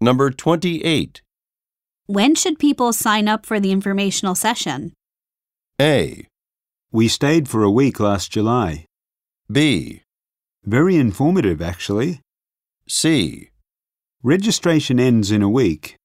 Number 28. When should people sign up for the informational session? A. We stayed for a week last July. B. Very informative, actually. C. Registration ends in a week.